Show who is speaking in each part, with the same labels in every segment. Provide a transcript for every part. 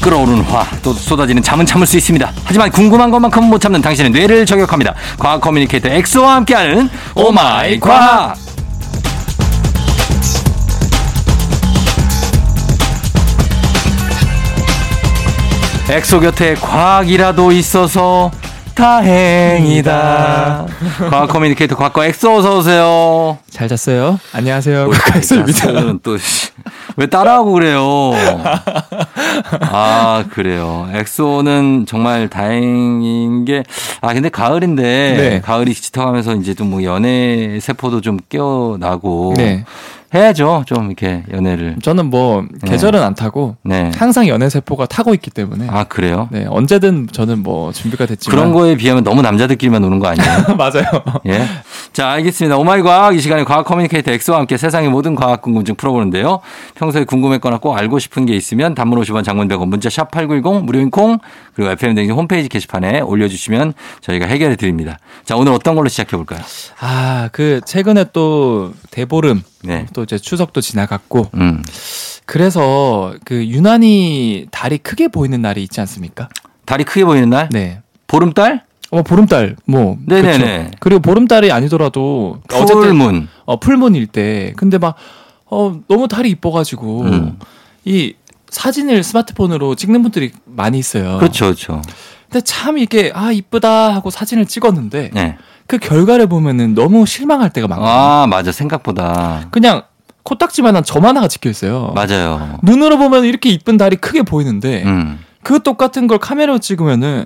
Speaker 1: 끓어오르는 화, 또 쏟아지는 잠은 참을 수 있습니다. 하지만 궁금한 것만큼은 못 참는 당신의 뇌를 저격합니다. 과학 커뮤니케이터 엑소와 함께하는 오마이 과학! 엑소 곁에 과학이라도 있어서 다행이다. 과학 커뮤니케이터 과거 엑소 어서 오세요.
Speaker 2: 잘 잤어요? 안녕하세요. 국가입니다.
Speaker 1: 아, 그 또왜 따라하고 그래요? 아 그래요. 엑소는 정말 다행인 게 아 근데 가을인데
Speaker 2: 네.
Speaker 1: 가을이 짙어가면서 이제 좀 뭐 연애 세포도 좀 깨어나고
Speaker 2: 네.
Speaker 1: 해야죠. 좀 이렇게 연애를.
Speaker 2: 저는 뭐
Speaker 1: 네.
Speaker 2: 계절은 안 타고
Speaker 1: 네.
Speaker 2: 항상 연애 세포가 타고 있기 때문에
Speaker 1: 아 그래요?
Speaker 2: 네, 언제든 저는 뭐 준비가 됐지만
Speaker 1: 그런 거에 비하면 너무 남자들끼리만 노는 거 아니에요?
Speaker 2: 맞아요.
Speaker 1: 예. 자, 알겠습니다. 오마이 과학 이 시간에 과학 커뮤니케이터 엑소와 함께 세상의 모든 과학 궁금증 풀어보는데요. 평소에 궁금했거나 꼭 알고 싶은 게 있으면 단문 50원 장문 100원 문자 샵 8910 무료인 콩 그리고 FM 댕진 홈페이지 게시판에 올려주시면 저희가 해결해 드립니다. 자, 오늘 어떤 걸로 시작해 볼까요?
Speaker 2: 아, 그 최근에 또 대보름
Speaker 1: 네.
Speaker 2: 또 이제 추석도 지나갔고
Speaker 1: 음.
Speaker 2: 그래서 그 유난히 달이 크게 보이는 날이 있지 않습니까?
Speaker 1: 달이 크게 보이는 날?
Speaker 2: 네.
Speaker 1: 보름달?
Speaker 2: 어, 보름달 뭐
Speaker 1: 네네네.
Speaker 2: 그쵸? 그리고 보름달이 아니더라도 어쨌든
Speaker 1: 풀문.
Speaker 2: 어, 풀문일 때. 근데 막, 어, 너무 달이 이뻐가지고,
Speaker 1: 음.
Speaker 2: 이 사진을 스마트폰으로 찍는 분들이 많이 있어요.
Speaker 1: 그렇죠, 그렇죠.
Speaker 2: 근데 참 이게, 아, 이쁘다 하고 사진을 찍었는데,
Speaker 1: 네.
Speaker 2: 그 결과를 보면은 너무 실망할 때가 많아요.
Speaker 1: 아, 맞아. 생각보다.
Speaker 2: 그냥 코딱지만한 점 하나가 찍혀있어요.
Speaker 1: 맞아요.
Speaker 2: 눈으로 보면 이렇게 이쁜 달이 크게 보이는데,
Speaker 1: 음.
Speaker 2: 그 똑같은 걸 카메라로 찍으면은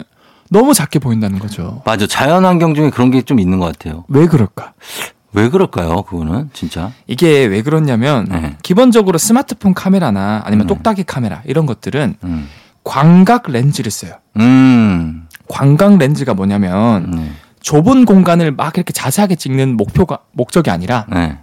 Speaker 2: 너무 작게 보인다는 거죠.
Speaker 1: 맞아. 자연 환경 중에 그런 게 좀 있는 것 같아요.
Speaker 2: 왜 그럴까?
Speaker 1: 왜 그럴까요? 그거는 진짜.
Speaker 2: 이게 왜 그러냐면,
Speaker 1: 네.
Speaker 2: 기본적으로 스마트폰 카메라나
Speaker 1: 음.
Speaker 2: 아니면 똑딱이 카메라 이런 것들은
Speaker 1: 음.
Speaker 2: 광각 렌즈를 써요.
Speaker 1: 음.
Speaker 2: 광각 렌즈가 뭐냐면
Speaker 1: 네.
Speaker 2: 좁은 공간을 막 이렇게 자세하게 찍는 목표가 목적이 아니라
Speaker 1: 네.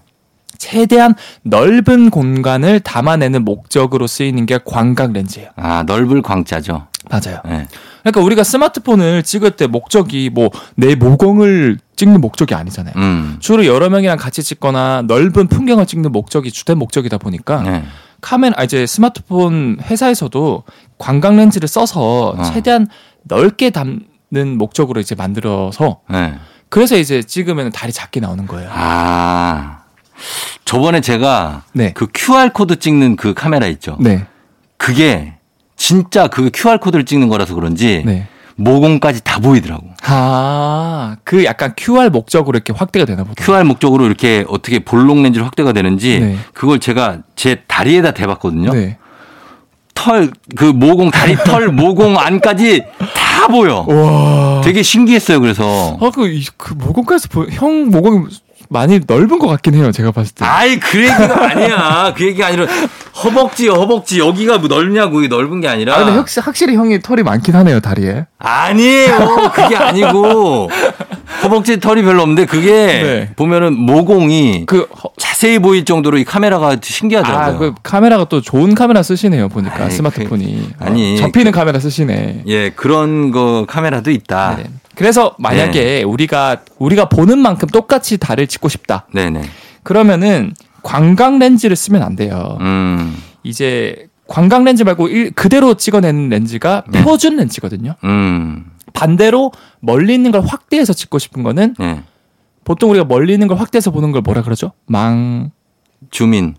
Speaker 2: 최대한 넓은 공간을 담아내는 목적으로 쓰이는 게 광각 렌즈예요.
Speaker 1: 아, 넓을 광자죠.
Speaker 2: 맞아요.
Speaker 1: 네.
Speaker 2: 그러니까 우리가 스마트폰을 찍을 때 목적이 뭐 내 모공을 찍는 목적이 아니잖아요.
Speaker 1: 음.
Speaker 2: 주로 여러 명이랑 같이 찍거나 넓은 풍경을 찍는 목적이 주된 목적이다 보니까
Speaker 1: 네.
Speaker 2: 카멘 아 이제 스마트폰 회사에서도 광각 렌즈를 써서
Speaker 1: 어.
Speaker 2: 최대한 넓게 담는 목적으로 이제 만들어서
Speaker 1: 네.
Speaker 2: 그래서 이제 찍으면 달이 작게 나오는 거예요.
Speaker 1: 아. 저번에 제가
Speaker 2: 네.
Speaker 1: 그 QR코드 찍는 그 카메라 있죠.
Speaker 2: 네.
Speaker 1: 그게 진짜 그 QR코드를 찍는 거라서 그런지
Speaker 2: 네.
Speaker 1: 모공까지 다 보이더라고.
Speaker 2: 아, 그 약간 QR 목적으로 이렇게 확대가 되나 보다.
Speaker 1: QR 목적으로 이렇게 어떻게 볼록 렌즈로 확대가 되는지
Speaker 2: 네.
Speaker 1: 그걸 제가 제 다리에다 대봤거든요.
Speaker 2: 네.
Speaker 1: 털, 그 모공, 다리 털, 모공 안까지 다 보여.
Speaker 2: 와.
Speaker 1: 되게 신기했어요. 그래서.
Speaker 2: 아, 그, 이- 그 모공까지 보, 형 모공이 많이 넓은 것 같긴 해요. 제가 봤을 때.
Speaker 1: 아이 그 얘기가 아니야. 그 얘기가 아니라 허벅지 허벅지 여기가 뭐 넓냐고 이게 넓은 게 아니라.
Speaker 2: 아, 근데 확, 확실히 형이 털이 많긴 하네요, 다리에.
Speaker 1: 니에요 그게 아니고 허벅지 털이 별로 없는데 그게
Speaker 2: 네.
Speaker 1: 보면은 모공이
Speaker 2: 그, 허-
Speaker 1: 자세히 보일 정도로 이 카메라가 신기하더라고요.
Speaker 2: 아, 그 카메라가 또 좋은 카메라 쓰시네요, 보니까.
Speaker 1: 아이,
Speaker 2: 스마트폰이.
Speaker 1: 그- 아니,
Speaker 2: 어, 접히는 카메라 쓰시네.
Speaker 1: 예 그런 거 카메라도 있다.
Speaker 2: 네. 그래서 만약에
Speaker 1: 네.
Speaker 2: 우리가, 우리가 보는 만큼 똑같이 달을 찍고 싶다.
Speaker 1: 네네.
Speaker 2: 그러면은 광각 렌즈를 쓰면 안 돼요.
Speaker 1: 음,
Speaker 2: 이제 광각 렌즈 말고 일- 그대로 찍어내는 렌즈가
Speaker 1: 네.
Speaker 2: 표준 렌즈거든요.
Speaker 1: 음,
Speaker 2: 반대로 멀리 있는 걸 확대해서 찍고 싶은 거는
Speaker 1: 예.
Speaker 2: 보통 우리가 멀리 있는 걸 확대해서 보는 걸 뭐라 그러죠? 망
Speaker 1: 주민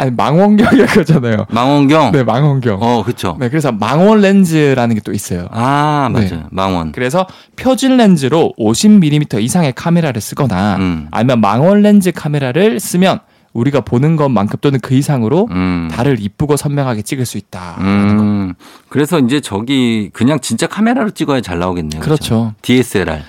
Speaker 2: 아니 망원경이라고 그러잖아요.
Speaker 1: 망원경.
Speaker 2: 네, 망원경.
Speaker 1: 어 그쵸.
Speaker 2: 네, 그래서 망원 렌즈라는 게 또 있어요.
Speaker 1: 아 맞아.
Speaker 2: 네.
Speaker 1: 요 망원.
Speaker 2: 그래서 표준 렌즈로 50mm 이상의 카메라를 쓰거나
Speaker 1: 음.
Speaker 2: 아니면 망원 렌즈 카메라를 쓰면 우리가 보는 것만큼 또는 그 이상으로
Speaker 1: 음.
Speaker 2: 달을 이쁘고 선명하게 찍을 수 있다.
Speaker 1: 음. 그래서 이제 저기 그냥 진짜 카메라로 찍어야 잘 나오겠네요.
Speaker 2: 그렇죠.
Speaker 1: DSLR.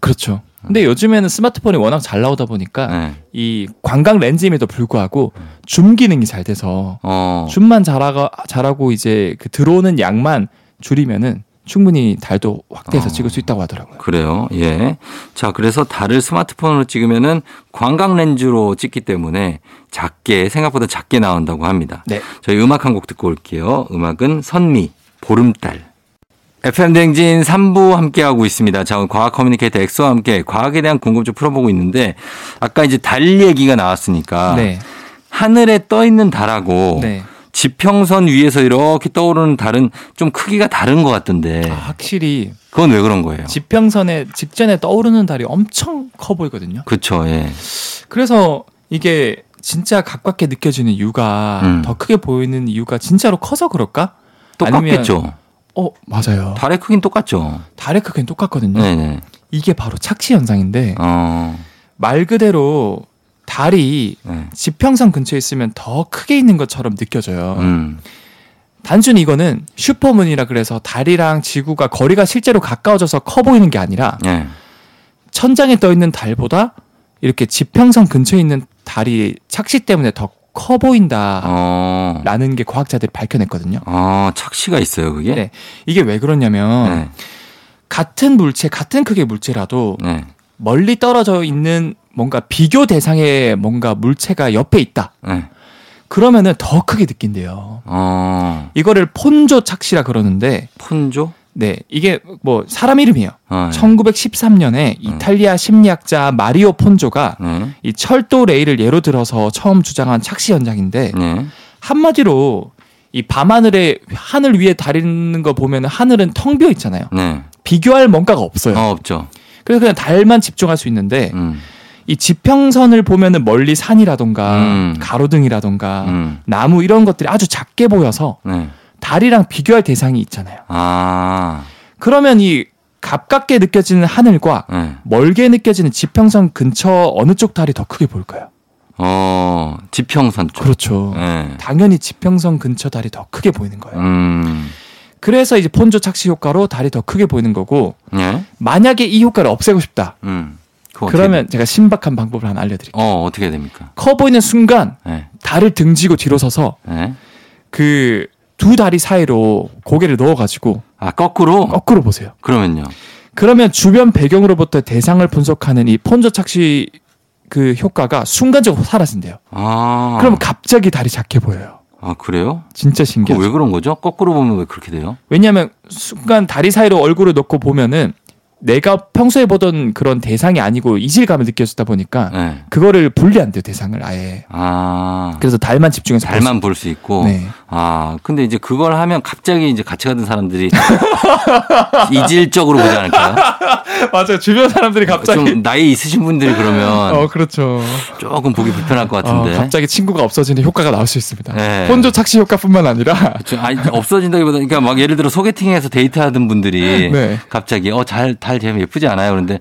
Speaker 2: 그렇죠.
Speaker 1: 음.
Speaker 2: 근데 요즘에는 스마트폰이 워낙 잘 나오다 보니까
Speaker 1: 네.
Speaker 2: 이 광각 렌즈임에도 불구하고 줌 기능이 잘 돼서
Speaker 1: 음. 어.
Speaker 2: 줌만 잘하고, 잘하고 이제 그 들어오는 양만 줄이면은 충분히 달도 확대해서
Speaker 1: 어.
Speaker 2: 찍을 수 있다고 하더라고요.
Speaker 1: 그래요. 예. 자, 그래서 달을 스마트폰으로 찍으면은 광각 렌즈로 찍기 때문에 작게 생각보다 작게 나온다고 합니다.
Speaker 2: 네.
Speaker 1: 저희 음악 한 곡 듣고 올게요. 음악은 선미 보름달. FM 댕진 3부 함께하고 있습니다. 자, 오늘 과학 커뮤니케이터 엑소와 함께 과학에 대한 궁금증 풀어보고 있는데 아까 이제 달 얘기가 나왔으니까
Speaker 2: 네.
Speaker 1: 하늘에 떠 있는 달하고
Speaker 2: 네.
Speaker 1: 지평선 위에서 이렇게 떠오르는 달은 좀 크기가 다른 것 같던데
Speaker 2: 아, 확실히
Speaker 1: 그건 왜 그런 거예요?
Speaker 2: 지평선에 직전에 떠오르는 달이 엄청 커 보이거든요.
Speaker 1: 그렇죠. 예.
Speaker 2: 그래서 이게 진짜 가깝게 느껴지는 이유가
Speaker 1: 음.
Speaker 2: 더 크게 보이는 이유가 진짜로 커서 그럴까?
Speaker 1: 똑같겠죠.
Speaker 2: 어 맞아요.
Speaker 1: 달의 크기는 똑같죠.
Speaker 2: 달의 크기는 똑같거든요.
Speaker 1: 네네.
Speaker 2: 이게 바로 착시 현상인데
Speaker 1: 어.
Speaker 2: 말 그대로 달이
Speaker 1: 네.
Speaker 2: 지평선 근처에 있으면 더 크게 있는 것처럼 느껴져요.
Speaker 1: 음.
Speaker 2: 단순히 이거는 슈퍼문이라 그래서 달이랑 지구가 거리가 실제로 가까워져서 커 보이는 게 아니라
Speaker 1: 예.
Speaker 2: 천장에 떠 있는 달보다 이렇게 지평선 근처에 있는 달이 착시 때문에 더 커 보인다라는
Speaker 1: 어.
Speaker 2: 게 과학자들이 밝혀냈거든요.
Speaker 1: 아, 착시가 있어요, 그게?
Speaker 2: 네. 이게 왜 그러냐면
Speaker 1: 네.
Speaker 2: 같은 물체, 같은 크기의 물체라도
Speaker 1: 네.
Speaker 2: 멀리 떨어져 있는 뭔가 비교 대상의 뭔가 물체가 옆에 있다.
Speaker 1: 네.
Speaker 2: 그러면은 더 크게 느낀대요.
Speaker 1: 어.
Speaker 2: 이거를 폰조 착시라 그러는데
Speaker 1: 폰조?
Speaker 2: 네, 이게 뭐 사람 이름이에요.
Speaker 1: 어.
Speaker 2: 1913년에
Speaker 1: 음.
Speaker 2: 이탈리아 심리학자 마리오 폰조가
Speaker 1: 네.
Speaker 2: 이 철도 레일을 예로 들어서 처음 주장한 착시 현상인데
Speaker 1: 네.
Speaker 2: 한마디로 이 밤하늘에 하늘 위에 달리는 거 보면 하늘은 텅 비어 있잖아요.
Speaker 1: 네.
Speaker 2: 비교할 뭔가가 없어요.
Speaker 1: 어, 없죠.
Speaker 2: 그래서 그냥 달만 집중할 수 있는데
Speaker 1: 음.
Speaker 2: 이 지평선을 보면은 멀리 산이라던가
Speaker 1: 음.
Speaker 2: 가로등이라던가
Speaker 1: 음.
Speaker 2: 나무 이런 것들이 아주 작게 보여서
Speaker 1: 네.
Speaker 2: 달이랑 비교할 대상이 있잖아요.
Speaker 1: 아.
Speaker 2: 그러면 이 가깝게 느껴지는 하늘과
Speaker 1: 네.
Speaker 2: 멀게 느껴지는 지평선 근처 어느 쪽 달이 더 크게 보일까요?
Speaker 1: 어, 지평선 쪽.
Speaker 2: 그렇죠.
Speaker 1: 네.
Speaker 2: 당연히 지평선 근처 달이 더 크게 보이는 거예요.
Speaker 1: 음.
Speaker 2: 그래서 이제 폰조 착시 효과로 달이 더 크게 보이는 거고
Speaker 1: 예.
Speaker 2: 만약에 이 효과를 없애고 싶다.
Speaker 1: 음. 그거 어떻게
Speaker 2: 그러면 제가 신박한 방법을 하나 알려드릴게요.
Speaker 1: 어, 어떻게 해야 됩니까?
Speaker 2: 커 보이는 순간
Speaker 1: 예.
Speaker 2: 달을 등지고 뒤로 서서
Speaker 1: 예.
Speaker 2: 그 두 다리 사이로 고개를 넣어가지고
Speaker 1: 아, 거꾸로?
Speaker 2: 거꾸로 보세요.
Speaker 1: 그러면요.
Speaker 2: 그러면 주변 배경으로부터 대상을 분석하는 이 폰저 착시 그 효과가 순간적으로 사라진대요.
Speaker 1: 아.
Speaker 2: 그럼 음, 갑자기 달이 작게 보여요.
Speaker 1: 아, 그래요?
Speaker 2: 진짜
Speaker 1: 그거
Speaker 2: 신기하죠.
Speaker 1: 어, 왜 그런 거죠? 거꾸로 보면 왜 그렇게 돼요?
Speaker 2: 왜냐하면 순간 다리 사이로 얼굴을 넣고 보면은 내가 평소에 보던 그런 대상이 아니고 이질감을 느껴지다 보니까
Speaker 1: 네.
Speaker 2: 그거를 분리한대요 대상을 아예.
Speaker 1: 아.
Speaker 2: 그래서 달만 집중해서 볼
Speaker 1: 달만 볼 수
Speaker 2: 수-
Speaker 1: 있고.
Speaker 2: 네.
Speaker 1: 아, 근데 이제 그걸 하면 갑자기 이제 같이 가던 사람들이 이질적으로 보지 않을까요?
Speaker 2: 맞아요. 주변 사람들이
Speaker 1: 어, 좀 나이 있으신 분들이 그러면
Speaker 2: 그렇죠.
Speaker 1: 조금 보기 불편할 것 같은데.
Speaker 2: 어, 갑자기 친구가 없어지는 효과가 나올 수 있습니다.
Speaker 1: 네.
Speaker 2: 혼조 착시 효과뿐만 아니라
Speaker 1: 저- 아니, 없어진다기보다, 그러니까 막 예를 들어 소개팅에서 데이트하던 분들이
Speaker 2: 네.
Speaker 1: 갑자기, 어, 잘, 달 재면 예쁘지 않아요? 그런데,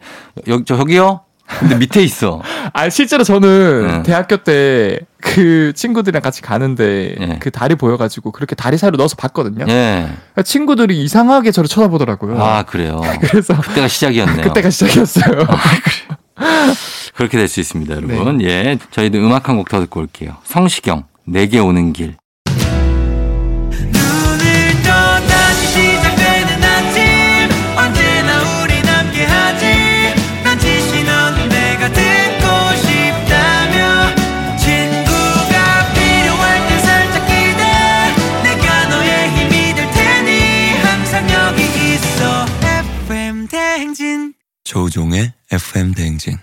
Speaker 1: 여기, 저, 여기요? 근데 밑에 있어.
Speaker 2: 아 실제로 저는
Speaker 1: 네.
Speaker 2: 대학교 때 그 친구들이랑 같이 가는데
Speaker 1: 네.
Speaker 2: 그 다리 보여가지고 그렇게 다리 사이로 넣어서 봤거든요.
Speaker 1: 예.
Speaker 2: 그러니까 친구들이 이상하게 저를 쳐다보더라고요.
Speaker 1: 아, 그래요.
Speaker 2: 그래서
Speaker 1: 그때가 시작이었네요.
Speaker 2: 그때가 시작이었어요.
Speaker 1: 아, 그렇게 될 수 있습니다, 여러분.
Speaker 2: 네.
Speaker 1: 예. 저희도 음악 한 곡 더 듣고 올게요. 성시경, 내게 오는 길.
Speaker 3: 오늘 또 다시 시작되는 아침 언제나 우리 함께하지 난 지시 넌 내가 듣고 싶다며 친구가 필요할 때 살짝 기대 내가 너의 힘이 될 테니 항상 여기 있어 FM 대행진
Speaker 4: 조우종의 FM 대행진.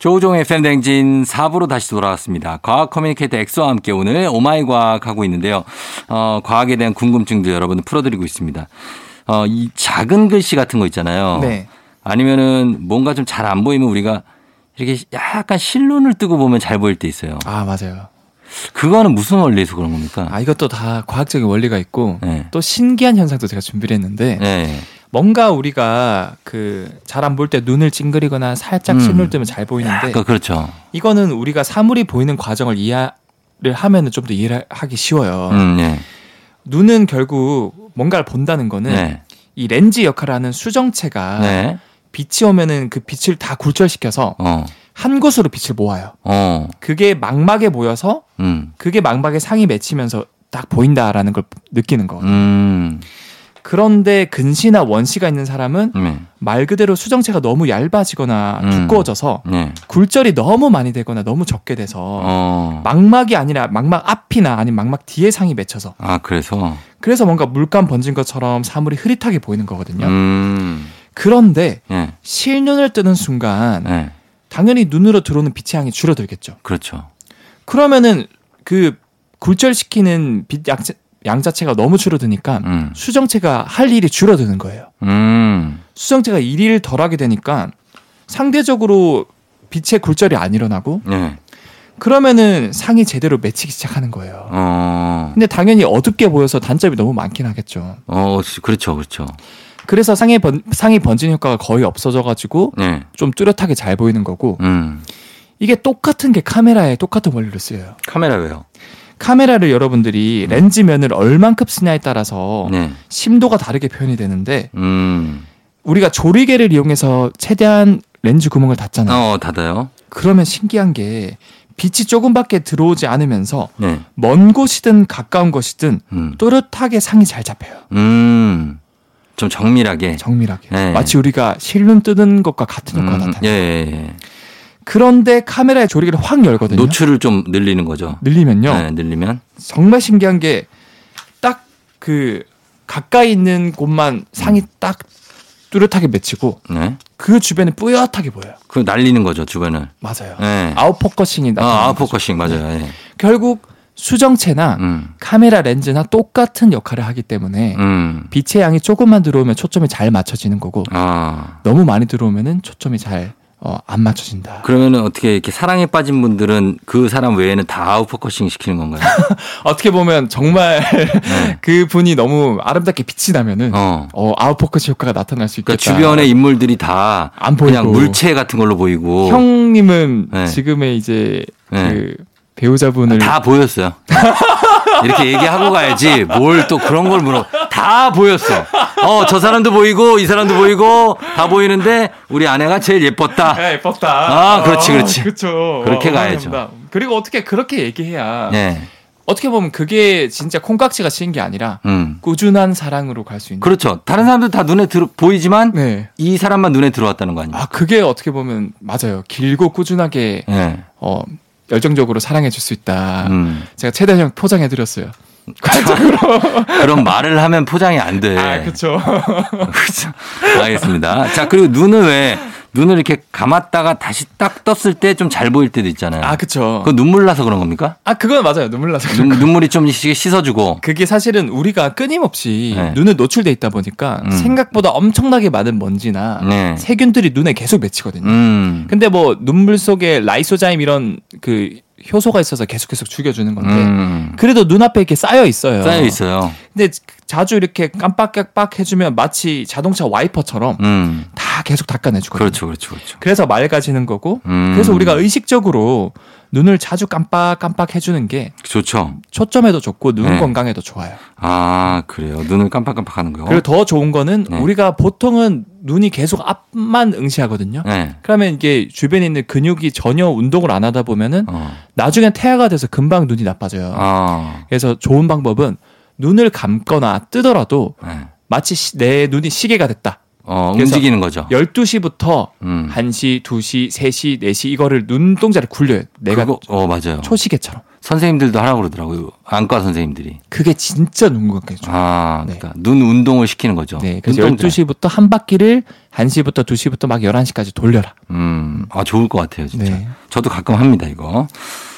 Speaker 1: 조우종의 팬댕진 4부로 다시 돌아왔습니다. 과학 커뮤니케이터 엑소와 함께 오늘 오마이 과학 하고 있는데요. 어, 과학에 대한 궁금증도 여러분 풀어드리고 있습니다. 어, 이 작은 글씨 같은 거 있잖아요.
Speaker 2: 네.
Speaker 1: 아니면은 뭔가 좀 잘 안 보이면 우리가 이렇게 약간 실눈을 뜨고 보면 잘 보일 때 있어요.
Speaker 2: 아 맞아요.
Speaker 1: 그거는 무슨 원리에서 그런 겁니까?
Speaker 2: 아 이것도 다 과학적인 원리가 있고
Speaker 1: 네.
Speaker 2: 또 신기한 현상도 제가 준비를 했는데
Speaker 1: 네.
Speaker 2: 뭔가 우리가 그 잘 안 볼 때 눈을 찡그리거나 살짝
Speaker 1: 음.
Speaker 2: 실눈 뜨면 잘 보이는데
Speaker 1: 약간 그렇죠.
Speaker 2: 이거는 우리가 사물이 보이는 과정을 이해를 하면은 좀 더 이해를 하기 쉬워요.
Speaker 1: 음, 네.
Speaker 2: 눈은 결국 뭔가를 본다는 거는
Speaker 1: 네.
Speaker 2: 이 렌즈 역할을 하는 수정체가
Speaker 1: 네.
Speaker 2: 빛이 오면은 그 빛을 다 굴절시켜서
Speaker 1: 어.
Speaker 2: 한 곳으로 빛을 모아요.
Speaker 1: 어.
Speaker 2: 그게 망막에 모여서
Speaker 1: 음.
Speaker 2: 그게 망막에 상이 맺히면서 딱 보인다라는 걸 느끼는 거.
Speaker 1: 음.
Speaker 2: 그런데 근시나 원시가 있는 사람은
Speaker 1: 네.
Speaker 2: 말 그대로 수정체가 너무 얇아지거나
Speaker 1: 음.
Speaker 2: 두꺼워져서
Speaker 1: 네.
Speaker 2: 굴절이 너무 많이 되거나 너무 적게 돼서
Speaker 1: 어.
Speaker 2: 망막이 아니라 망막 앞이나 아니면 망막 뒤에 상이 맺혀서
Speaker 1: 아, 그래서
Speaker 2: 그래서 뭔가 물감 번진 것처럼 사물이 흐릿하게 보이는 거거든요.
Speaker 1: 음.
Speaker 2: 그런데
Speaker 1: 예.
Speaker 2: 실눈을 뜨는 순간
Speaker 1: 예.
Speaker 2: 당연히 눈으로 들어오는 빛의 양이 줄어들겠죠.
Speaker 1: 그렇죠.
Speaker 2: 그러면은 그 굴절시키는 빛 양, 양 자체가 너무 줄어드니까
Speaker 1: 음.
Speaker 2: 수정체가 할 일이 줄어드는 거예요.
Speaker 1: 음.
Speaker 2: 수정체가 일을 덜 하게 되니까 상대적으로 빛의 굴절이 안 일어나고
Speaker 1: 네.
Speaker 2: 그러면은 상이 제대로 맺히기 시작하는 거예요.
Speaker 1: 어.
Speaker 2: 근데 당연히 어둡게 보여서 단점이 너무 많긴 하겠죠.
Speaker 1: 어, 그렇죠. 그렇죠.
Speaker 2: 그래서 상의 번, 상이 번진 효과가 거의 없어져가지고
Speaker 1: 네.
Speaker 2: 좀 뚜렷하게 잘 보이는 거고
Speaker 1: 음.
Speaker 2: 이게 똑같은 게 카메라에 똑같은 원리로 쓰여요.
Speaker 1: 카메라 왜요?
Speaker 2: 카메라를 여러분들이 렌즈면을 얼만큼 쓰냐에 따라서
Speaker 1: 음. 네.
Speaker 2: 심도가 다르게 표현이 되는데
Speaker 1: 음.
Speaker 2: 우리가 조리개를 이용해서 최대한 렌즈 구멍을 닫잖아요.
Speaker 1: 어, 닫아요.
Speaker 2: 그러면 신기한 게 빛이 조금밖에 들어오지 않으면서
Speaker 1: 네.
Speaker 2: 먼 곳이든 가까운 곳이든
Speaker 1: 음.
Speaker 2: 또렷하게 상이 잘 잡혀요.
Speaker 1: 음. 좀 정밀하게.
Speaker 2: 정밀하게.
Speaker 1: 네.
Speaker 2: 마치 우리가 실눈 뜨는 것과 같은 효과가
Speaker 1: 음,
Speaker 2: 나타나요.
Speaker 1: 예, 예,
Speaker 2: 그런데 카메라의 조리개를 확
Speaker 1: 예.
Speaker 2: 열거든요.
Speaker 1: 노출을 좀 늘리는 거죠.
Speaker 2: 늘리면요.
Speaker 1: 네, 늘리면.
Speaker 2: 정말 신기한 게 딱 그 가까이 있는 곳만
Speaker 1: 음.
Speaker 2: 상이 딱 뚜렷하게 맺히고
Speaker 1: 네.
Speaker 2: 그 주변에 뿌옇하게 보여요.
Speaker 1: 그 날리는 거죠, 주변을.
Speaker 2: 맞아요.
Speaker 1: 네.
Speaker 2: 아웃포커싱이
Speaker 1: 아,
Speaker 2: 나타나요.
Speaker 1: 아웃포커싱 맞아요. 예.
Speaker 2: 결국 수정체나
Speaker 1: 음.
Speaker 2: 카메라 렌즈나 똑같은 역할을 하기 때문에
Speaker 1: 음.
Speaker 2: 빛의 양이 조금만 들어오면 초점이 잘 맞춰지는 거고
Speaker 1: 아.
Speaker 2: 너무 많이 들어오면은 초점이 잘 어, 안 맞춰진다.
Speaker 1: 그러면은 어떻게 이렇게 사랑에 빠진 분들은 그 사람 외에는 다 아웃포커싱 시키는 건가요?
Speaker 2: 어떻게 보면 정말
Speaker 1: 네.
Speaker 2: 그 분이 너무 아름답게 빛이 나면은 어.
Speaker 1: 어.
Speaker 2: 아웃포커스 효과가 나타날 수 있겠다.
Speaker 1: 그러니까 주변의 인물들이 다
Speaker 2: 안 보이고.
Speaker 1: 그냥 물체 같은 걸로 보이고
Speaker 2: 형님은
Speaker 1: 네.
Speaker 2: 지금의 이제
Speaker 1: 네. 아,
Speaker 2: 그 배우자분을
Speaker 1: 다 보였어요. 이렇게 얘기하고 가야지 뭘 또 그런 걸 물어. 다 보였어. 어, 저 사람도 보이고 이 사람도 보이고 다 보이는데 우리 아내가 제일 예뻤다.
Speaker 2: 야, 예뻤다.
Speaker 1: 아, 그렇지, 그렇지.
Speaker 2: 그렇죠.
Speaker 1: 그렇게
Speaker 2: 와,
Speaker 1: 가야죠.
Speaker 2: 감사합니다. 그리고 어떻게 그렇게 얘기해야
Speaker 1: 예.
Speaker 2: 어떻게 보면 그게 진짜 콩깍지가 씌인 게 아니라
Speaker 1: 음.
Speaker 2: 꾸준한 사랑으로 갈 수 있는.
Speaker 1: 그렇죠. 다른 사람들 다 눈에 들어 보이지만
Speaker 2: 네.
Speaker 1: 이 사람만 눈에 들어왔다는 거 아니에요?
Speaker 2: 아 그게 어떻게 보면 맞아요. 길고 꾸준하게
Speaker 1: 예.
Speaker 2: 어 열정적으로 사랑해 줄 수 있다.
Speaker 1: 음.
Speaker 2: 제가 최대한 형 포장해 드렸어요. 과적으로.
Speaker 1: 그런 말을 하면 포장이 안 돼.
Speaker 2: 아 그렇죠.
Speaker 1: 그렇죠. 알겠습니다. 자, 그리고 눈을 왜 눈을 이렇게 감았다가 다시 딱 떴을 때 좀 잘 보일 때도 있잖아요.
Speaker 2: 아 그렇죠.
Speaker 1: 네. 그거 눈물 나서 그런 겁니까?
Speaker 2: 아 그건 맞아요. 눈물 나서.
Speaker 1: 눈, 눈물이 좀 씻- 씻어주고.
Speaker 2: 그게 사실은 우리가 끊임없이
Speaker 1: 네.
Speaker 2: 눈에 노출돼 있다 보니까
Speaker 1: 음.
Speaker 2: 생각보다 엄청나게 많은 먼지나
Speaker 1: 네.
Speaker 2: 세균들이 눈에 계속 맺히거든요.
Speaker 1: 음.
Speaker 2: 근데 뭐 눈물 속에 라이소자임 이런 그 효소가 있어서 계속 계속 죽여주는 건데
Speaker 1: 음.
Speaker 2: 그래도 눈앞에 이렇게 쌓여 있어요.
Speaker 1: 쌓여 있어요.
Speaker 2: 근데 자주 이렇게 깜빡깜빡 해주면 마치 자동차 와이퍼처럼
Speaker 1: 음.
Speaker 2: 다 계속 닦아내주거든요.
Speaker 1: 그렇죠, 그렇죠, 그렇죠.
Speaker 2: 그래서 맑아지는 거고
Speaker 1: 음.
Speaker 2: 그래서 우리가 의식적으로 눈을 자주 깜빡깜빡 해주는 게
Speaker 1: 좋죠.
Speaker 2: 초점에도 좋고 눈
Speaker 1: 네.
Speaker 2: 건강에도 좋아요.
Speaker 1: 아, 그래요. 눈을 깜빡깜빡하는 거.
Speaker 2: 그리고 더 좋은 거는
Speaker 1: 어? 네.
Speaker 2: 우리가 보통은 눈이 계속 앞만 응시하거든요.
Speaker 1: 네.
Speaker 2: 그러면 이게 주변에 있는 근육이 전혀 운동을 안 하다 보면은
Speaker 1: 어.
Speaker 2: 나중에 태아가 돼서 금방 눈이 나빠져요.
Speaker 1: 아.
Speaker 2: 그래서 좋은 방법은 눈을 감거나 뜨더라도
Speaker 1: 네.
Speaker 2: 마치 시- 내 눈이 시계가 됐다.
Speaker 1: 어,
Speaker 2: 그래서
Speaker 1: 움직이는 거죠.
Speaker 2: 12시부터
Speaker 1: 음.
Speaker 2: 1시, 2시, 3시, 4시 이거를 눈동자를 굴려요. 내가
Speaker 1: 그거, 어, 맞아요.
Speaker 2: 초시계처럼.
Speaker 1: 선생님들도 하라고 그러더라고요. 안과 선생님들이.
Speaker 2: 그게 진짜 눈 건강에 좋아요.
Speaker 1: 아,
Speaker 2: 네.
Speaker 1: 그러니까 눈 운동을 시키는 거죠.
Speaker 2: 네, 그래서
Speaker 1: 아, 운동장.
Speaker 2: 12시부터 한 바퀴를 1시부터 2시부터 막 11시까지 돌려라.
Speaker 1: 음, 아, 좋을 것 같아요, 진짜.
Speaker 2: 네.
Speaker 1: 저도 가끔 합니다, 이거.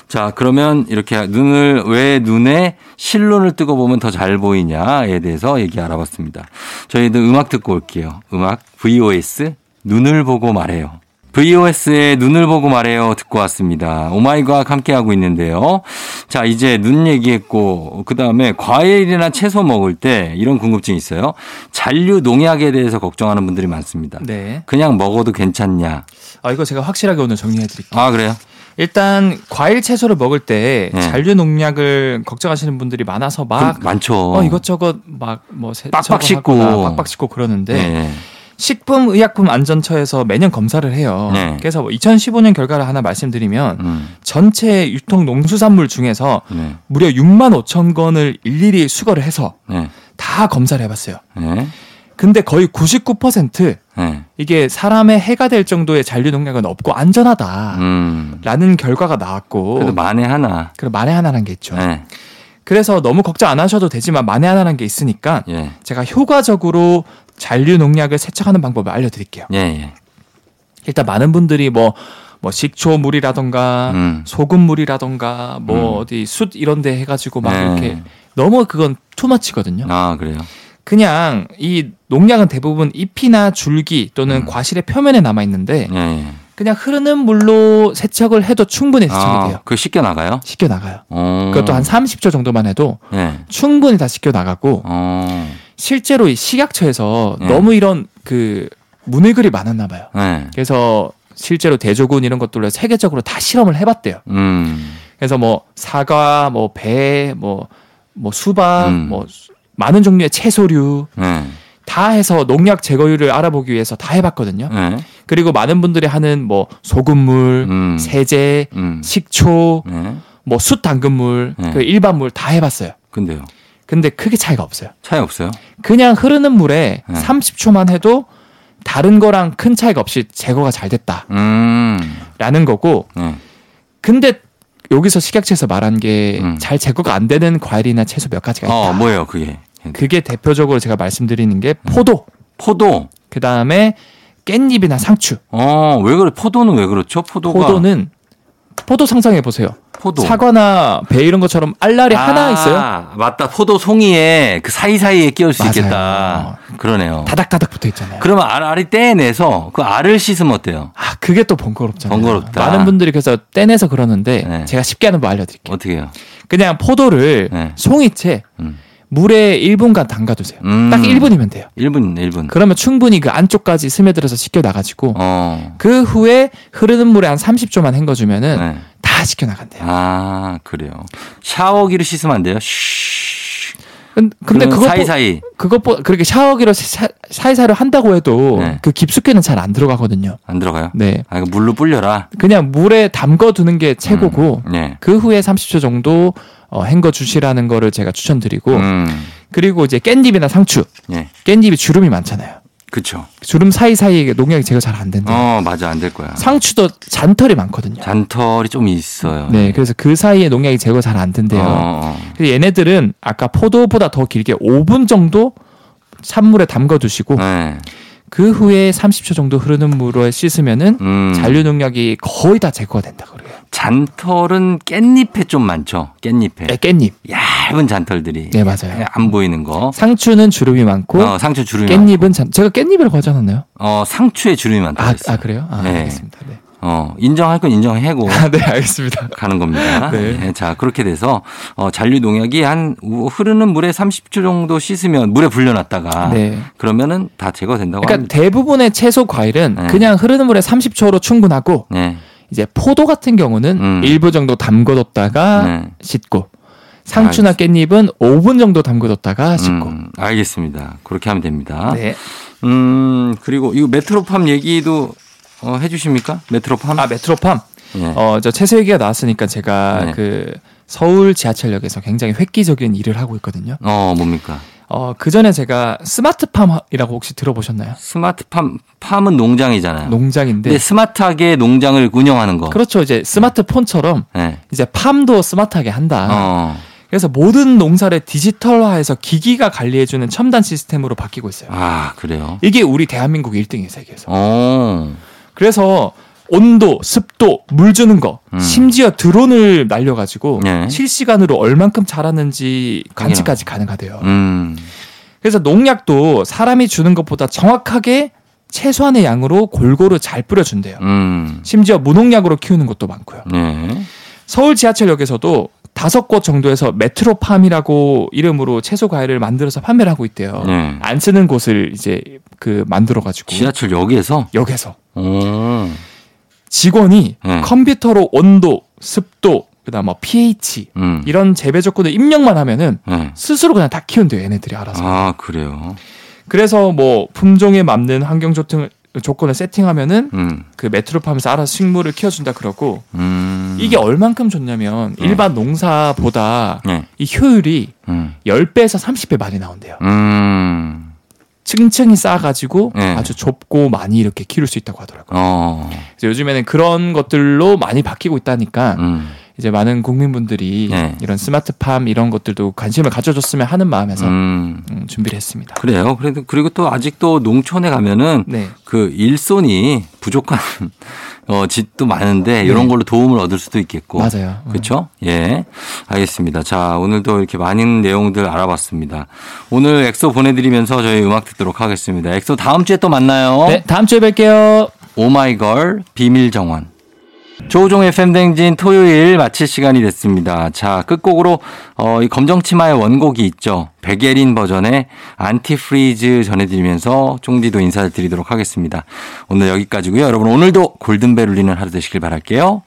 Speaker 1: 자, 그러면 이렇게 눈을, 왜 눈에 실눈을 뜨고 보면 더 잘 보이냐에 대해서 얘기 알아봤습니다. 저희도 음악 듣고 올게요. 음악 VOS, 눈을 보고 말해요. VOS의 눈을 보고 말해요 듣고 왔습니다. 오마이과학 함께하고 있는데요. 자, 이제 눈 얘기했고, 그 다음에 과일이나 채소 먹을 때 이런 궁금증이 있어요. 잔류 농약에 대해서 걱정하는 분들이 많습니다.
Speaker 2: 네.
Speaker 1: 그냥 먹어도 괜찮냐.
Speaker 2: 아, 이거 제가 확실하게 오늘 정리해 드릴게요.
Speaker 1: 아 그래요?
Speaker 2: 일단 과일 채소를 먹을 때
Speaker 1: 네.
Speaker 2: 잔류 농약을 걱정하시는 분들이 많아서 막
Speaker 1: 그럼 많죠.
Speaker 2: 어, 이것저것 막뭐
Speaker 1: 빡빡 씻고.
Speaker 2: 빡빡 씻고 그러는데
Speaker 1: 네.
Speaker 2: 식품의약품안전처에서 매년 검사를 해요.
Speaker 1: 네.
Speaker 2: 그래서 2015년 결과를 하나 말씀드리면
Speaker 1: 음,
Speaker 2: 전체 유통 농수산물 중에서
Speaker 1: 네.
Speaker 2: 무려 6만 5천 건을 일일이 수거를 해서
Speaker 1: 네.
Speaker 2: 다 검사를 해봤어요.
Speaker 1: 네.
Speaker 2: 근데 거의 99%
Speaker 1: 네.
Speaker 2: 이게 사람의 해가 될 정도의 잔류 농약은 없고 안전하다라는
Speaker 1: 음.
Speaker 2: 결과가 나왔고
Speaker 1: 그래도 만에 하나.
Speaker 2: 그럼 만에 하나라는 게 있죠.
Speaker 1: 네.
Speaker 2: 그래서 너무 걱정 안 하셔도 되지만 만에 하나라는 게 있으니까
Speaker 1: 예.
Speaker 2: 제가 효과적으로 잔류 농약을 세척하는 방법을 알려드릴게요.
Speaker 1: 예. 예.
Speaker 2: 일단 많은 분들이 뭐 뭐 식초물이라던가
Speaker 1: 음.
Speaker 2: 소금물이라던가 뭐
Speaker 1: 음.
Speaker 2: 어디 숯 이런 데 해가지고 막
Speaker 1: 네.
Speaker 2: 이렇게 너무 그건 투마치거든요.
Speaker 1: 아 그래요.
Speaker 2: 그냥 이 농약은 대부분 잎이나 줄기 또는
Speaker 1: 음.
Speaker 2: 과실의 표면에 남아 있는데
Speaker 1: 예, 예.
Speaker 2: 그냥 흐르는 물로 세척을 해도 충분히 세척이 네, 돼요.
Speaker 1: 그 쉽게 나가요?
Speaker 2: 씻겨 나가요.
Speaker 1: 어.
Speaker 2: 그것도 한 30초 정도만 해도
Speaker 1: 예.
Speaker 2: 충분히 다 씻겨 나가고
Speaker 1: 어.
Speaker 2: 실제로 이 식약처에서
Speaker 1: 네.
Speaker 2: 너무 이런 그 문의글이 많았나 봐요.
Speaker 1: 예.
Speaker 2: 그래서 실제로 대조군 이런 것들로 해서 세계적으로 다 실험을 해봤대요.
Speaker 1: 음.
Speaker 2: 그래서 뭐 사과, 뭐 배, 뭐, 뭐 수박,
Speaker 1: 음.
Speaker 2: 뭐 수- 많은 종류의 채소류
Speaker 1: 예.
Speaker 2: 다 해서 농약 제거율을 알아보기 위해서 다 해봤거든요.
Speaker 1: 예.
Speaker 2: 그리고 많은 분들이 하는 뭐 소금물,
Speaker 1: 음.
Speaker 2: 세제,
Speaker 1: 음.
Speaker 2: 식초,
Speaker 1: 예.
Speaker 2: 뭐 숯 당근물,
Speaker 1: 네.
Speaker 2: 그 일반물 다 해봤어요.
Speaker 1: 근데요.
Speaker 2: 근데 크게 차이가 없어요.
Speaker 1: 차이 없어요?
Speaker 2: 그냥 흐르는 물에
Speaker 1: 네.
Speaker 2: 30초만 해도 다른 거랑 큰 차이가 없이 제거가 잘 됐다라는
Speaker 1: 음.
Speaker 2: 거고
Speaker 1: 예.
Speaker 2: 근데 여기서 식약처에서 말한 게
Speaker 1: 음.
Speaker 2: 잘 제거가 안 되는 과일이나 채소 몇 가지가 있다.
Speaker 1: 어, 뭐예요, 그게?
Speaker 2: 그러니까 그게 대표적으로 제가 말씀드리는 게 포도,
Speaker 1: 포도.
Speaker 2: 그다음에 깻잎이나 상추.
Speaker 1: 어, 왜 그래? 포도는 왜 그렇죠? 포도가
Speaker 2: 포도는 포도 상상해 보세요.
Speaker 1: 포도.
Speaker 2: 사과나 배 이런 것처럼 알알이
Speaker 1: 아,
Speaker 2: 하나 있어요.
Speaker 1: 맞다. 포도 송이에 그 사이사이에 끼울 수
Speaker 2: 맞아요. 어.
Speaker 1: 있겠다. 그러네요.
Speaker 2: 다닥다닥 붙어 있잖아요.
Speaker 1: 그러면 알, 알이 떼내서 그 알을 씻으면 어때요?
Speaker 2: 아, 그게 또 번거롭잖아요.
Speaker 1: 번거롭다.
Speaker 2: 많은 분들이 그래서 떼내서 그러는데
Speaker 1: 네.
Speaker 2: 제가 쉽게 하는 법 알려드릴게요.
Speaker 1: 어떻게 해요?
Speaker 2: 그냥 포도를
Speaker 1: 네.
Speaker 2: 송이채
Speaker 1: 음.
Speaker 2: 물에 1분간 담가두세요.
Speaker 1: 음.
Speaker 2: 딱 1분이면 돼요.
Speaker 1: 1분, 1분.
Speaker 2: 그러면 충분히 그 안쪽까지 스며들어서 식혀나가지고
Speaker 1: 어.
Speaker 2: 그 후에 흐르는 물에 한 30초만 헹궈주면은
Speaker 1: 네.
Speaker 2: 다 식혀나간대요.
Speaker 1: 아, 그래요. 샤워기로 씻으면 안 돼요? 쉬.
Speaker 2: 근- 근데
Speaker 1: 그러면
Speaker 2: 그것보,
Speaker 1: 사이사이.
Speaker 2: 그것보 그렇게 샤워기로 사, 사이사이로 한다고 해도
Speaker 1: 네.
Speaker 2: 그 깊숙이는 잘 안 들어가거든요.
Speaker 1: 안 들어가요?
Speaker 2: 네.
Speaker 1: 아, 이거 물로 불려라.
Speaker 2: 그냥 물에 담궈두는 게 최고고
Speaker 1: 네.
Speaker 2: 그 후에 30초 정도 어, 헹궈 주시라는 거를 제가 추천드리고
Speaker 1: 음.
Speaker 2: 그리고 이제 깻잎이나 상추
Speaker 1: 예.
Speaker 2: 깻잎이 주름이 많잖아요.
Speaker 1: 그쵸.
Speaker 2: 주름 사이사이에 농약이 제거 잘 안 된다.
Speaker 1: 어, 맞아. 안 될 거야.
Speaker 2: 상추도 잔털이 많거든요.
Speaker 1: 잔털이 좀 있어요.
Speaker 2: 네, 그래서 그 사이에 농약이 제거 잘 안 된대요.
Speaker 1: 어, 어.
Speaker 2: 그래서 얘네들은 아까 포도보다 더 길게 5분 정도 찬물에 담가 두시고
Speaker 1: 네.
Speaker 2: 그 후에 30초 정도 흐르는 물에 씻으면은
Speaker 1: 음.
Speaker 2: 잔류 농약이 거의 다 제거가 된다 그래요.
Speaker 1: 잔털은 깻잎에 좀 많죠. 깻잎에.
Speaker 2: 네,
Speaker 1: 예.
Speaker 2: 깻잎.
Speaker 1: 얇은 잔털들이. 예,
Speaker 2: 네, 맞아요.
Speaker 1: 안 보이는 거.
Speaker 2: 상추는 주름이 많고
Speaker 1: 어, 상추 주름이 많고.
Speaker 2: 그 깻잎은 잔 제가 깻잎이라고 하지 않았나요?
Speaker 1: 어, 상추에 주름이 많다고
Speaker 2: 아,
Speaker 1: 했어요.
Speaker 2: 아 그래요? 아,
Speaker 1: 네.
Speaker 2: 알겠습니다. 네.
Speaker 1: 어, 인정할 건 인정하고
Speaker 2: 아, 네, 알겠습니다.
Speaker 1: 가는 겁니다.
Speaker 2: 네.
Speaker 1: 네, 자, 그렇게 돼서 어, 잔류 농약이 한 우- 흐르는 물에 30초 정도 씻으면 물에 불려놨다가
Speaker 2: 네. 그러면은
Speaker 1: 다 제거된다고
Speaker 2: 그러니까
Speaker 1: 합니다.
Speaker 2: 대부분의 채소 과일은
Speaker 1: 네.
Speaker 2: 그냥 흐르는 물에 30초로 충분하고
Speaker 1: 네.
Speaker 2: 이제 포도 같은 경우는
Speaker 1: 음.
Speaker 2: 일부 정도 담궈뒀다가
Speaker 1: 네.
Speaker 2: 씻고 상추나 깻잎은 5분 정도 담궈뒀다가 씻고
Speaker 1: 음, 알겠습니다. 그렇게 하면 됩니다.
Speaker 2: 네.
Speaker 1: 음, 그리고 이거 메트로팜 얘기도 어, 해 주십니까? 메트로팜?
Speaker 2: 아 메트로팜
Speaker 1: 예.
Speaker 2: 어 저 채소 얘기가 나왔으니까 제가
Speaker 1: 네.
Speaker 2: 그 서울 지하철역에서 굉장히 획기적인 일을 하고 있거든요.
Speaker 1: 어, 뭡니까?
Speaker 2: 어그 전에 제가 스마트팜이라고 혹시 들어보셨나요?
Speaker 1: 스마트팜 팜은 농장이잖아요.
Speaker 2: 농장인데 네.
Speaker 1: 근데 스마트하게 농장을 운영하는 거.
Speaker 2: 그렇죠. 이제 스마트폰처럼
Speaker 1: 네.
Speaker 2: 이제 팜도 스마트하게 한다.
Speaker 1: 어.
Speaker 2: 그래서 모든 농사를 디지털화해서 기기가 관리해주는 첨단 시스템으로 바뀌고 있어요.
Speaker 1: 아, 그래요.
Speaker 2: 이게 우리 대한민국 1등이에요, 세계에서.
Speaker 1: 어.
Speaker 2: 그래서 온도, 습도, 물 주는 거,
Speaker 1: 음.
Speaker 2: 심지어 드론을 날려가지고
Speaker 1: 예.
Speaker 2: 실시간으로 얼만큼 자라는지 관측까지 가능하대요.
Speaker 1: 음.
Speaker 2: 그래서 농약도 사람이 주는 것보다 정확하게 최소한의 양으로 골고루 잘 뿌려준대요.
Speaker 1: 음.
Speaker 2: 심지어 무농약으로 키우는 것도 많고요.
Speaker 1: 네.
Speaker 2: 서울 지하철역에서도 다섯 곳 정도에서 메트로팜이라고 이름으로 채소 과일을 만들어서 판매를 하고 있대요.
Speaker 1: 네.
Speaker 2: 안 쓰는 곳을 이제 그 만들어 가지고
Speaker 1: 지하철 역에서
Speaker 2: 역에서
Speaker 1: 어.
Speaker 2: 직원이
Speaker 1: 네.
Speaker 2: 컴퓨터로 온도, 습도, 그다음 뭐 pH
Speaker 1: 음.
Speaker 2: 이런 재배 조건을 입력만 하면은
Speaker 1: 네.
Speaker 2: 스스로 그냥 다 키운대요, 얘네들이 알아서.
Speaker 1: 아, 그래요.
Speaker 2: 그래서 뭐 품종에 맞는 환경 조건을 조건을 세팅하면는
Speaker 1: 음.
Speaker 2: 그 메트로팜에서 알아서 식물을 키워준다 그러고
Speaker 1: 음.
Speaker 2: 이게 어- 얼만큼 좋냐면
Speaker 1: 네.
Speaker 2: 일반 농사보다
Speaker 1: 네.
Speaker 2: 이 효율이
Speaker 1: 음.
Speaker 2: 10배에서 30배 많이 나온대요.
Speaker 1: 음.
Speaker 2: 층층이 쌓아가지고
Speaker 1: 네.
Speaker 2: 아주 좁고 많이 이렇게 키울 수 있다고 하더라고요.
Speaker 1: 어.
Speaker 2: 그래서 요즘에는 그런 것들로 많이 바뀌고 있다니까
Speaker 1: 음.
Speaker 2: 이제 많은 국민분들이
Speaker 1: 네.
Speaker 2: 이런 스마트팜 이런 것들도 관심을 가져줬으면 하는 마음에서
Speaker 1: 음.
Speaker 2: 음, 준비를 했습니다.
Speaker 1: 그래요. 그래도 그리고 또 아직도 농촌에 가면은
Speaker 2: 네.
Speaker 1: 그 일손이 부족한 어 집도 많은데 이런 걸로 도움을 얻을 수도 있겠고.
Speaker 2: 네. 맞아요. 음.
Speaker 1: 그렇죠? 예. 알겠습니다. 자, 오늘도 이렇게 많은 내용들 알아봤습니다. 오늘 엑소 보내 드리면서 저희 음악 듣도록 하겠습니다. 엑소 다음 주에 또 만나요.
Speaker 2: 네, 다음 주에 뵐게요.
Speaker 1: 오마이걸 비밀 정원. 조종의 팬댕진 토요일 마칠 시간이 됐습니다. 자, 끝곡으로 어, 이 검정치마의 원곡이 있죠. 백예린 버전의 안티프리즈 전해드리면서 쫑디도 인사드리도록 하겠습니다. 오늘 여기까지고요. 여러분 오늘도 골든벨 울리는 하루 되시길 바랄게요.